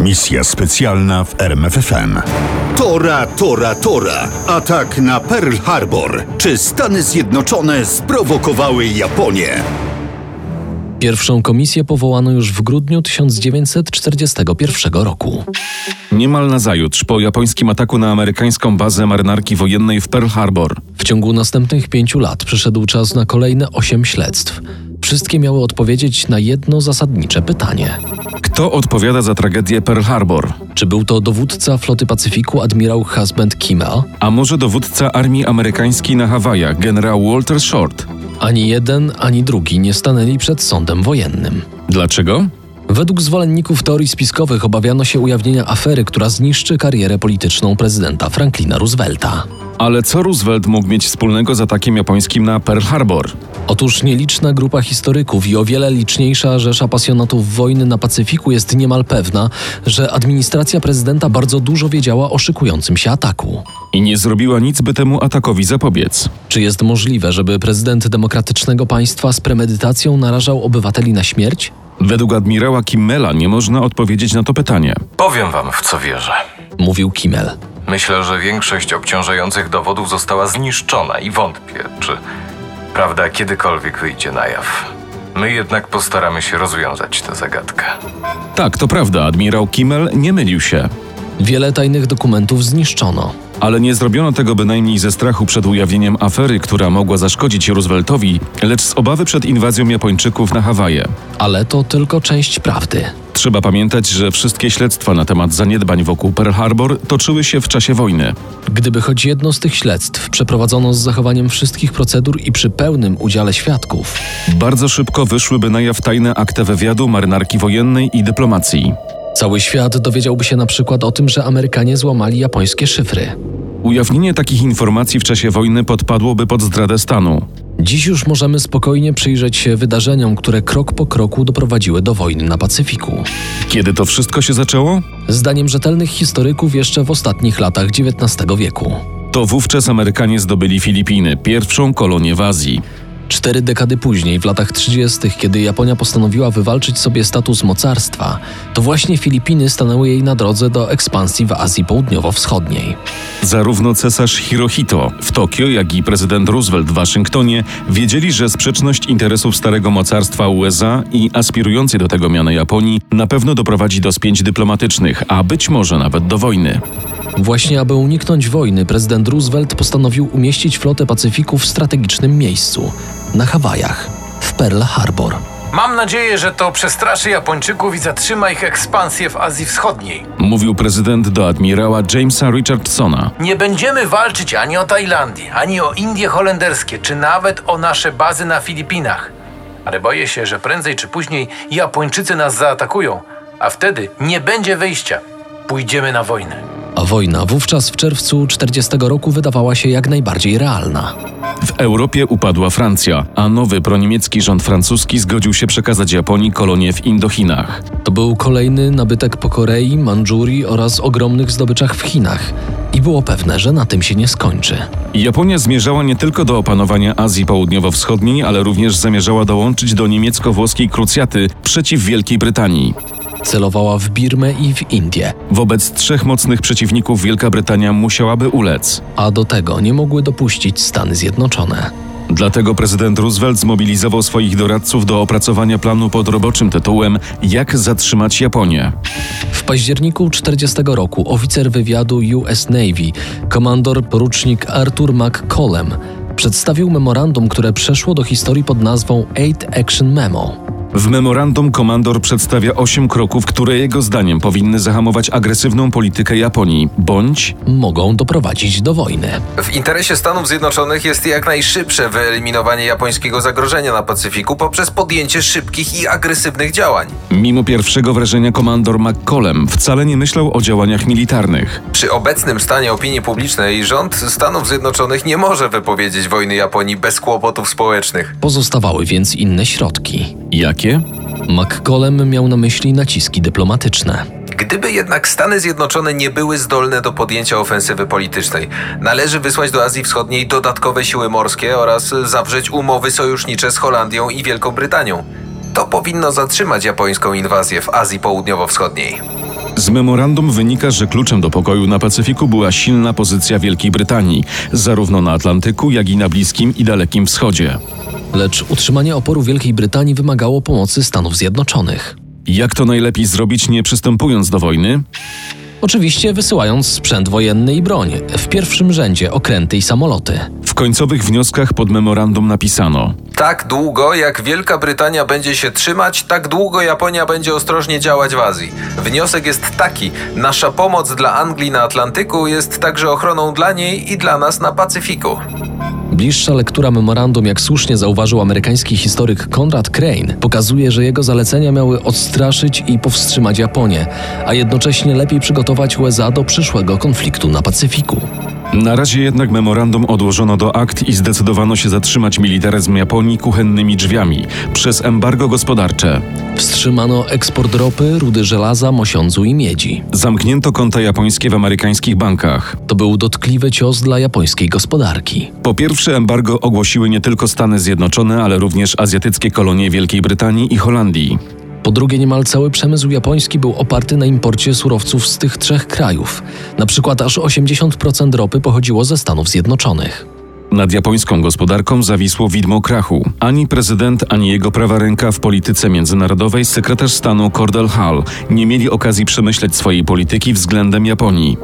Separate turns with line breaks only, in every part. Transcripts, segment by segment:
Misja specjalna w RMFFM.
Tora, Tora, Tora. Atak na Pearl Harbor. Czy Stany Zjednoczone sprowokowały Japonię?
Pierwszą komisję powołano już w grudniu 1941 roku.
Niemal nazajutrz po japońskim ataku na amerykańską bazę marynarki wojennej w Pearl Harbor.
W ciągu następnych pięciu lat przyszedł czas na kolejne osiem śledztw. Wszystkie miały odpowiedzieć na jedno zasadnicze pytanie:
Kto odpowiada za tragedię Pearl Harbor?
czy był to dowódca floty Pacyfiku admirał Husband Kimmel?
A może dowódca armii amerykańskiej na Hawajach, generał Walter Short?
Ani jeden, ani drugi nie stanęli przed sądem wojennym.
Dlaczego?
Według zwolenników teorii spiskowych obawiano się ujawnienia afery, która zniszczy karierę polityczną prezydenta Franklina Roosevelta.
Ale co Roosevelt mógł mieć wspólnego z atakiem japońskim na Pearl Harbor?
Otóż nieliczna grupa historyków i o wiele liczniejsza rzesza pasjonatów wojny na Pacyfiku jest niemal pewna, że administracja prezydenta bardzo dużo wiedziała o szykującym się ataku.
I nie zrobiła nic, by temu atakowi zapobiec.
Czy jest możliwe, żeby prezydent demokratycznego państwa z premedytacją narażał obywateli na śmierć?
Według admirała Kimmela nie można odpowiedzieć na to pytanie.
Powiem wam, w co wierzę.
Mówił Kimmel.
Myślę, że większość obciążających dowodów została zniszczona i wątpię, czy prawda kiedykolwiek wyjdzie na jaw. My jednak postaramy się rozwiązać tę zagadkę.
Tak, to prawda, admirał Kimmel nie mylił się.
Wiele tajnych dokumentów zniszczono.
Ale nie zrobiono tego bynajmniej ze strachu przed ujawnieniem afery, która mogła zaszkodzić Rooseveltowi, lecz z obawy przed inwazją Japończyków na Hawaje.
Ale to tylko część prawdy.
Trzeba pamiętać, że wszystkie śledztwa na temat zaniedbań wokół Pearl Harbor toczyły się w czasie wojny.
Gdyby choć jedno z tych śledztw przeprowadzono z zachowaniem wszystkich procedur i przy pełnym udziale świadków,
Bardzo szybko wyszłyby na jaw tajne akta wywiadu, marynarki wojennej i dyplomacji.
cały świat dowiedziałby się na przykład o tym, że Amerykanie złamali japońskie szyfry.
Ujawnienie takich informacji w czasie wojny podpadłoby pod zdradę stanu.
Dziś już możemy spokojnie przyjrzeć się wydarzeniom, które krok po kroku doprowadziły do wojny na Pacyfiku.
Kiedy to wszystko się zaczęło?
Zdaniem rzetelnych historyków jeszcze w ostatnich latach XIX wieku.
To wówczas Amerykanie zdobyli Filipiny, pierwszą kolonię w Azji.
Cztery dekady później, w latach 30., kiedy Japonia postanowiła wywalczyć sobie status mocarstwa, to właśnie Filipiny stanęły jej na drodze do ekspansji w Azji Południowo-Wschodniej.
Zarówno cesarz Hirohito w Tokio, jak i prezydent Roosevelt w Waszyngtonie wiedzieli, że sprzeczność interesów starego mocarstwa USA i aspirującej do tego miana Japonii na pewno doprowadzi do spięć dyplomatycznych, a być może nawet do wojny.
Właśnie aby uniknąć wojny, prezydent Roosevelt postanowił umieścić flotę Pacyfiku w strategicznym miejscu na Hawajach, w Pearl Harbor.
Mam nadzieję, że to przestraszy Japończyków i zatrzyma ich ekspansję w Azji Wschodniej.
Mówił prezydent do admirała Jamesa Richardsona.
Nie będziemy walczyć ani o Tajlandię, ani o Indie holenderskie, czy nawet o nasze bazy na Filipinach. Ale boję się, że prędzej czy później Japończycy nas zaatakują, a wtedy nie będzie wyjścia. Pójdziemy na wojnę.
A wojna wówczas w czerwcu 40 roku wydawała się jak najbardziej realna.
W Europie upadła Francja, a nowy proniemiecki rząd francuski zgodził się przekazać Japonii kolonie w Indochinach.
To był kolejny nabytek po Korei, Mandżurii oraz ogromnych zdobyczach w Chinach. I było pewne, że na tym się nie skończy.
Japonia zmierzała nie tylko do opanowania Azji Południowo-Wschodniej, ale również zamierzała dołączyć do niemiecko-włoskiej krucjaty przeciw Wielkiej Brytanii.
Celowała w Birmę i w Indie,
Wobec trzech mocnych przeciwników Wielka Brytania musiałaby ulec.
a do tego nie mogły dopuścić Stany Zjednoczone.
Dlatego prezydent Roosevelt zmobilizował swoich doradców do opracowania planu pod roboczym tytułem Jak zatrzymać Japonię.
W październiku 40 roku oficer wywiadu US Navy, komandor porucznik Arthur McCollum, przedstawił memorandum, które przeszło do historii pod nazwą Eight Action Memo.
W memorandum komandor przedstawia osiem kroków, które jego zdaniem powinny zahamować agresywną politykę Japonii, bądź
Mogą doprowadzić do wojny.
W interesie Stanów Zjednoczonych jest jak najszybsze wyeliminowanie japońskiego zagrożenia na Pacyfiku poprzez podjęcie szybkich i agresywnych działań.
Mimo pierwszego wrażenia komandor McCollum wcale nie myślał o działaniach militarnych.
Przy obecnym stanie opinii publicznej rząd Stanów Zjednoczonych nie może wypowiedzieć wojny Japonii bez kłopotów społecznych.
Pozostawały więc inne środki.
Jakie?
McCollum miał na myśli naciski dyplomatyczne.
Gdyby jednak Stany Zjednoczone nie były zdolne do podjęcia ofensywy politycznej, należy wysłać do Azji Wschodniej dodatkowe siły morskie oraz zawrzeć umowy sojusznicze z Holandią i Wielką Brytanią. To powinno zatrzymać japońską inwazję w Azji Południowo-Wschodniej.
Z memorandum wynika, że kluczem do pokoju na Pacyfiku była silna pozycja Wielkiej Brytanii, zarówno na Atlantyku, jak i na Bliskim i Dalekim Wschodzie.
Lecz utrzymanie oporu Wielkiej Brytanii wymagało pomocy Stanów Zjednoczonych.
Jak to najlepiej zrobić, nie przystępując do wojny?
Oczywiście wysyłając sprzęt wojenny i broń, w pierwszym rzędzie okręty i samoloty.
W końcowych wnioskach pod memorandum napisano:
Tak długo, jak Wielka Brytania będzie się trzymać, tak długo Japonia będzie ostrożnie działać w Azji. Wniosek jest taki: nasza pomoc dla Anglii na Atlantyku jest także ochroną dla niej i dla nas na Pacyfiku.
Bliższa lektura memorandum, jak słusznie zauważył amerykański historyk Konrad Crane, pokazuje, że jego zalecenia miały odstraszyć i powstrzymać Japonię, a jednocześnie lepiej przygotować USA do przyszłego konfliktu na Pacyfiku.
Na razie jednak memorandum odłożono do akt i zdecydowano się zatrzymać militaryzm Japonii kuchennymi drzwiami przez embargo gospodarcze.
Wstrzymano eksport ropy, rudy żelaza, mosiądzu i miedzi.
Zamknięto konta japońskie w amerykańskich bankach.
To był dotkliwy cios dla japońskiej gospodarki.
Po pierwsze, embargo ogłosiły nie tylko Stany Zjednoczone, ale również azjatyckie kolonie Wielkiej Brytanii i Holandii.
Po drugie, niemal cały przemysł japoński był oparty na imporcie surowców z tych trzech krajów. Na przykład aż 80% ropy pochodziło ze Stanów Zjednoczonych.
Nad japońską gospodarką zawisło widmo krachu. Ani prezydent, ani jego prawa ręka w polityce międzynarodowej, sekretarz stanu Cordell Hull, nie mieli okazji przemyśleć swojej polityki względem Japonii.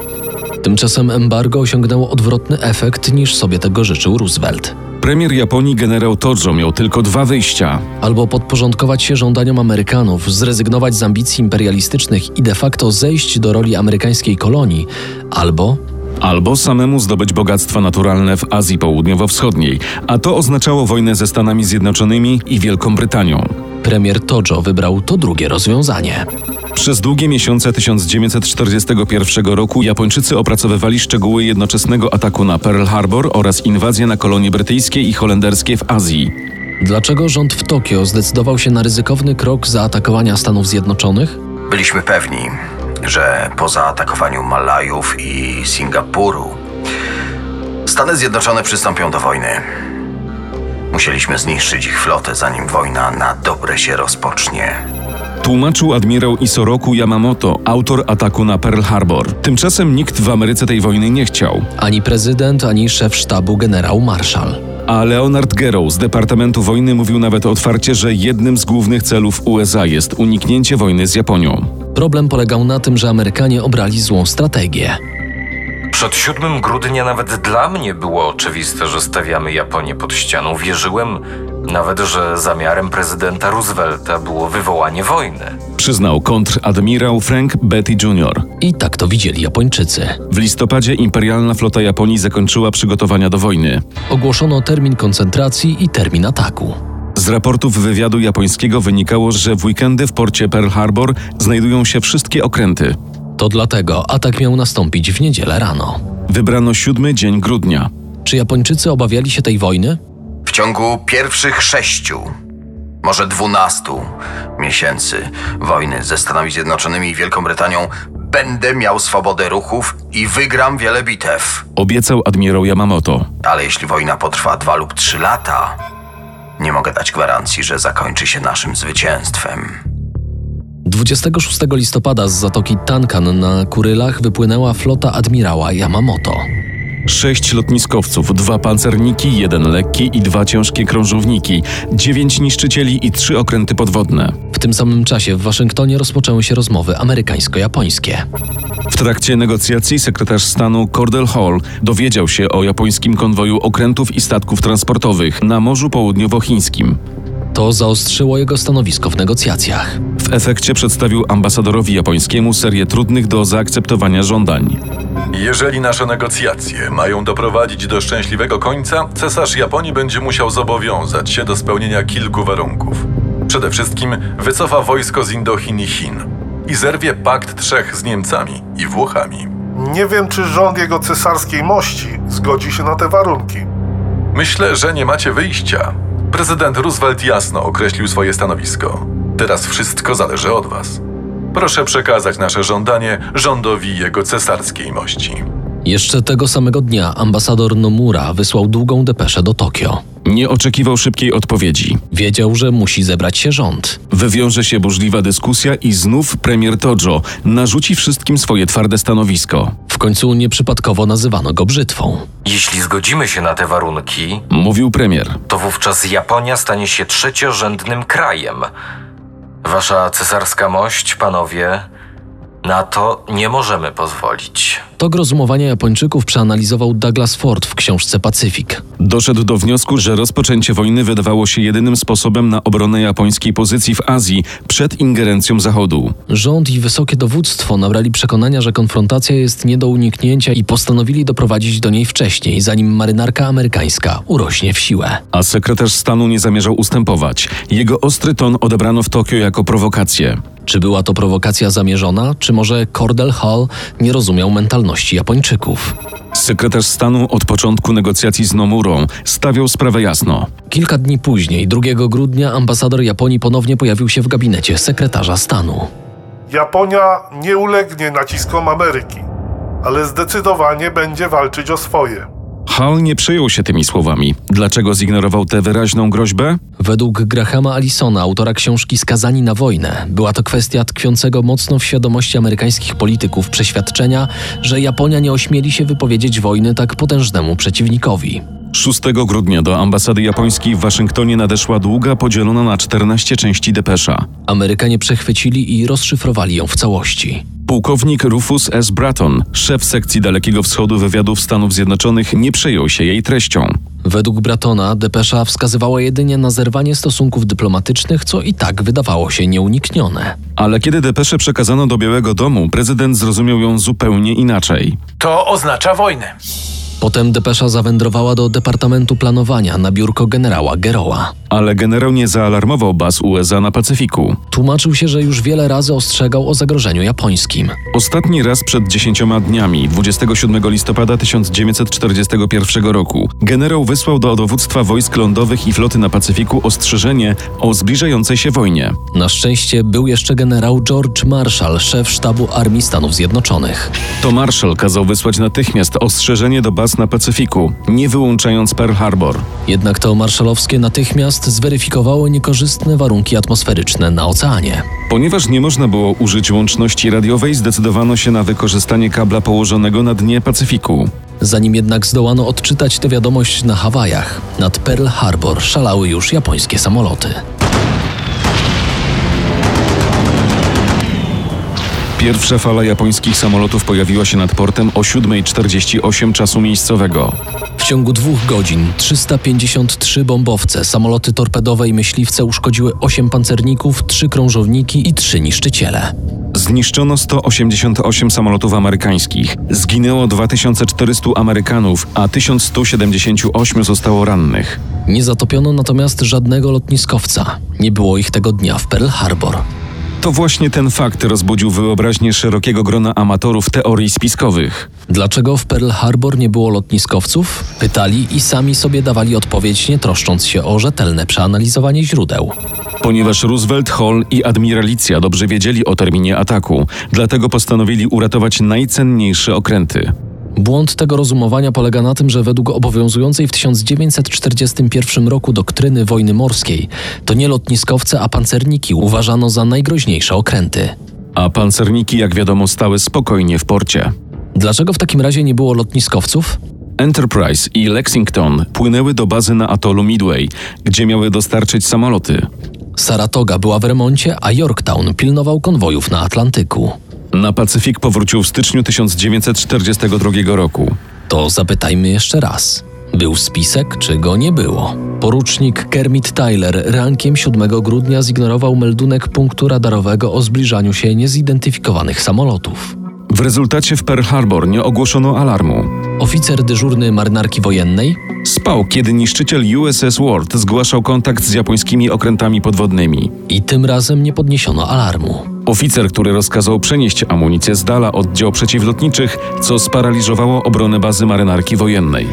Tymczasem embargo osiągnęło odwrotny efekt niż sobie tego życzył Roosevelt.
Premier Japonii generał Tojo miał tylko dwa wyjścia.
Albo podporządkować się żądaniom Amerykanów, zrezygnować z ambicji imperialistycznych i de facto zejść do roli amerykańskiej kolonii, albo
Albo samemu zdobyć bogactwa naturalne w Azji Południowo-Wschodniej, a to oznaczało wojnę ze Stanami Zjednoczonymi i Wielką Brytanią.
premier Tojo wybrał to drugie rozwiązanie.
Przez długie miesiące 1941 roku Japończycy opracowywali szczegóły jednoczesnego ataku na Pearl Harbor oraz inwazję na kolonie brytyjskie i holenderskie w Azji.
Dlaczego rząd w Tokio zdecydował się na ryzykowny krok zaatakowania Stanów Zjednoczonych?
Byliśmy pewni, że po zaatakowaniu Malajów i Singapuru Stany Zjednoczone przystąpią do wojny. Musieliśmy zniszczyć ich flotę, zanim wojna na dobre się rozpocznie.
Tłumaczył admirał Isoroku Yamamoto, autor ataku na Pearl Harbor. Tymczasem nikt w Ameryce tej wojny nie chciał.
Ani prezydent, ani szef sztabu generał Marshall.
A Leonard Garrow z Departamentu Wojny mówił nawet otwarcie, że jednym z głównych celów USA jest uniknięcie wojny z Japonią.
Problem polegał na tym, że Amerykanie obrali złą strategię.
Przed 7 grudnia nawet dla mnie było oczywiste, że stawiamy Japonię pod ścianą. Wierzyłem nawet, że zamiarem prezydenta Roosevelta było wywołanie wojny.
Przyznał kontradmirał Frank Betty Jr.
I tak to widzieli Japończycy.
W listopadzie imperialna flota Japonii zakończyła przygotowania do wojny.
Ogłoszono termin koncentracji i termin ataku.
Z raportów wywiadu japońskiego wynikało, że w weekendy w porcie Pearl Harbor znajdują się wszystkie okręty.
To dlatego atak miał nastąpić w niedzielę rano.
Wybrano siódmy dzień grudnia.
Czy Japończycy obawiali się tej wojny?
W ciągu pierwszych sześciu, może dwunastu miesięcy wojny ze Stanami Zjednoczonymi i Wielką Brytanią będę miał swobodę ruchów i wygram wiele bitew.
Obiecał admirał Yamamoto.
Ale jeśli wojna potrwa dwa lub trzy lata, nie mogę dać gwarancji, że zakończy się naszym zwycięstwem.
26 listopada z zatoki Tankan na Kurylach wypłynęła flota admirała Yamamoto.
Sześć lotniskowców, dwa pancerniki, jeden lekki i dwa ciężkie krążowniki, dziewięć niszczycieli i trzy okręty podwodne.
W tym samym czasie w Waszyngtonie rozpoczęły się rozmowy amerykańsko-japońskie.
W trakcie negocjacji sekretarz stanu Cordell Hall dowiedział się o japońskim konwoju okrętów i statków transportowych na Morzu Południowochińskim.
To zaostrzyło jego stanowisko w negocjacjach.
W efekcie przedstawił ambasadorowi japońskiemu serię trudnych do zaakceptowania żądań.
Jeżeli nasze negocjacje mają doprowadzić do szczęśliwego końca, cesarz Japonii będzie musiał zobowiązać się do spełnienia kilku warunków. Przede wszystkim wycofa wojsko z Indochin i Chin i zerwie pakt trzech z Niemcami i Włochami.
Nie wiem, czy rząd jego cesarskiej mości zgodzi się na te warunki.
Myślę, że nie macie wyjścia. Prezydent Roosevelt jasno określił swoje stanowisko. Teraz wszystko zależy od was. Proszę przekazać nasze żądanie rządowi jego cesarskiej mości.
Jeszcze tego samego dnia ambasador Nomura wysłał długą depeszę do Tokio.
Nie oczekiwał szybkiej odpowiedzi.
Wiedział, że musi zebrać się rząd.
Wywiąże się burzliwa dyskusja i znów premier Tojo narzuci wszystkim swoje twarde stanowisko.
W końcu nieprzypadkowo nazywano go brzytwą.
Jeśli zgodzimy się na te warunki,
Mówił premier.
to wówczas Japonia stanie się trzeciorzędnym krajem. Wasza cesarska mość, panowie, na to nie możemy pozwolić.
Tok rozumowania Japończyków przeanalizował Douglas Ford w książce Pacyfik.
Doszedł do wniosku, że rozpoczęcie wojny wydawało się jedynym sposobem na obronę japońskiej pozycji w Azji przed ingerencją Zachodu.
Rząd i wysokie dowództwo nabrali przekonania, że konfrontacja jest nie do uniknięcia i postanowili doprowadzić do niej wcześniej, zanim marynarka amerykańska urośnie w siłę.
A sekretarz stanu nie zamierzał ustępować. Jego ostry ton odebrano w Tokio jako prowokację.
Czy była to prowokacja zamierzona, czy może Cordell Hall nie rozumiał mentalności Japończyków?
Sekretarz stanu od początku negocjacji z Nomurą stawiał sprawę jasno.
Kilka dni później, 2 grudnia, ambasador Japonii ponownie pojawił się w gabinecie sekretarza stanu.
Japonia nie ulegnie naciskom Ameryki, ale zdecydowanie będzie walczyć o swoje.
Hall nie przejął się tymi słowami. Dlaczego zignorował tę wyraźną groźbę?
Według Grahama Allisona, autora książki Skazani na wojnę, była to kwestia tkwiącego mocno w świadomości amerykańskich polityków przeświadczenia, że Japonia nie ośmieli się wypowiedzieć wojny tak potężnemu przeciwnikowi.
6 grudnia do ambasady japońskiej w Waszyngtonie nadeszła długa, podzielona na 14 części depesza.
Amerykanie przechwycili i rozszyfrowali ją w całości.
Pułkownik Rufus S. Bratton, szef sekcji Dalekiego Wschodu wywiadów Stanów Zjednoczonych, nie przejął się jej treścią.
Według Bratona depesza wskazywała jedynie na zerwanie stosunków dyplomatycznych, co i tak wydawało się nieuniknione.
Ale kiedy depeszę przekazano do Białego Domu, prezydent zrozumiał ją zupełnie inaczej.
To oznacza wojnę.
Potem depesza zawędrowała do Departamentu Planowania na biurko generała Geroa.
Ale generał nie zaalarmował baz USA na Pacyfiku.
Tłumaczył się, że już wiele razy ostrzegał o zagrożeniu japońskim.
Ostatni raz przed 10 dniami, 27 listopada 1941 roku, generał wysłał do dowództwa wojsk lądowych i floty na Pacyfiku ostrzeżenie o zbliżającej się wojnie.
Na szczęście był jeszcze generał George Marshall, szef sztabu Armii Stanów Zjednoczonych.
To Marshall kazał wysłać natychmiast ostrzeżenie do baz na Pacyfiku, nie wyłączając Pearl Harbor.
Jednak to marszalowskie natychmiast zweryfikowało niekorzystne warunki atmosferyczne na oceanie.
Ponieważ nie można było użyć łączności radiowej, zdecydowano się na wykorzystanie kabla położonego na dnie Pacyfiku.
Zanim jednak zdołano odczytać tę wiadomość na Hawajach, nad Pearl Harbor szalały już japońskie samoloty.
Pierwsza fala japońskich samolotów pojawiła się nad portem o 7.48 czasu miejscowego.
W ciągu dwóch godzin 353 bombowce, samoloty torpedowe i myśliwce uszkodziły 8 pancerników, 3 krążowniki i 3 niszczyciele.
Zniszczono 188 samolotów amerykańskich, zginęło 2400 Amerykanów, a 1178 zostało rannych.
Nie zatopiono natomiast żadnego lotniskowca. Nie było ich tego dnia w Pearl Harbor.
To właśnie ten fakt rozbudził wyobraźnię szerokiego grona amatorów teorii spiskowych.
Dlaczego w Pearl Harbor nie było lotniskowców? Pytali i sami sobie dawali odpowiedź, nie troszcząc się o rzetelne przeanalizowanie źródeł.
Ponieważ Roosevelt, Hall i admiralicja dobrze wiedzieli o terminie ataku, dlatego postanowili uratować najcenniejsze okręty.
Błąd tego rozumowania polega na tym, że według obowiązującej w 1941 roku doktryny wojny morskiej, to nie lotniskowce, a pancerniki uważano za najgroźniejsze okręty.
A pancerniki, jak wiadomo, stały spokojnie w porcie.
Dlaczego w takim razie nie było lotniskowców?
Enterprise i Lexington płynęły do bazy na atolu Midway, gdzie miały dostarczyć samoloty.
Saratoga była w remoncie, a Yorktown pilnował konwojów na Atlantyku.
Na Pacyfik powrócił w styczniu 1942 roku.
To zapytajmy jeszcze raz. Był spisek, czy go nie było? Porucznik Kermit Tyler rankiem 7 grudnia zignorował meldunek punktu radarowego o zbliżaniu się niezidentyfikowanych samolotów.
W rezultacie w Pearl Harbor nie ogłoszono alarmu.
Oficer dyżurny marynarki wojennej
Spał, kiedy niszczyciel USS Ward zgłaszał kontakt z japońskimi okrętami podwodnymi.
i tym razem nie podniesiono alarmu.
Oficer, który rozkazał przenieść amunicję z dala od dział przeciwlotniczych, co sparaliżowało obronę bazy marynarki wojennej.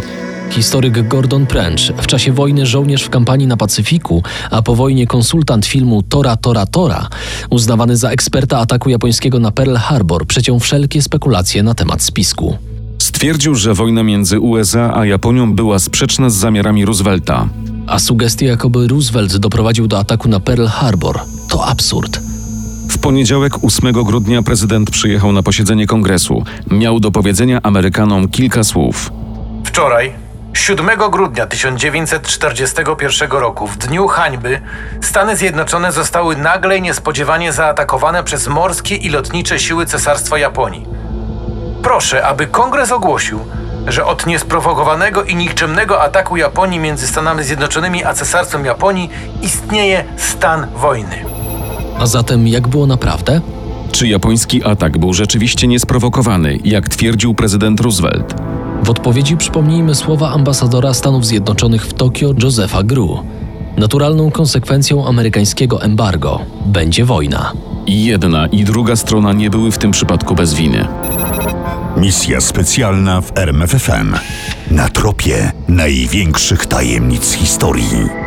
Historyk Gordon Prench, w czasie wojny żołnierz w kampanii na Pacyfiku, a po wojnie konsultant filmu Tora Tora Tora, uznawany za eksperta ataku japońskiego na Pearl Harbor, przeciął wszelkie spekulacje na temat spisku.
Stwierdził, że wojna między USA a Japonią była sprzeczna z zamiarami Roosevelta.
A sugestie, jakoby Roosevelt doprowadził do ataku na Pearl Harbor, to absurd.
W poniedziałek 8 grudnia prezydent przyjechał na posiedzenie kongresu. Miał do powiedzenia Amerykanom kilka słów.
Wczoraj, 7 grudnia 1941 roku, w dniu hańby, Stany Zjednoczone zostały nagle i niespodziewanie zaatakowane przez morskie i lotnicze siły Cesarstwa Japonii. Proszę, aby kongres ogłosił, że od niesprowokowanego i nikczemnego ataku Japonii między Stanami Zjednoczonymi a Cesarstwem Japonii istnieje stan wojny.
A zatem jak było naprawdę?
Czy japoński atak był rzeczywiście niesprowokowany, jak twierdził prezydent Roosevelt?
W odpowiedzi przypomnijmy słowa ambasadora Stanów Zjednoczonych w Tokio Josepha Gru. Naturalną konsekwencją amerykańskiego embargo będzie wojna.
I jedna i druga strona nie były w tym przypadku bez winy.
Misja specjalna w RMFFM.
Na tropie największych tajemnic historii.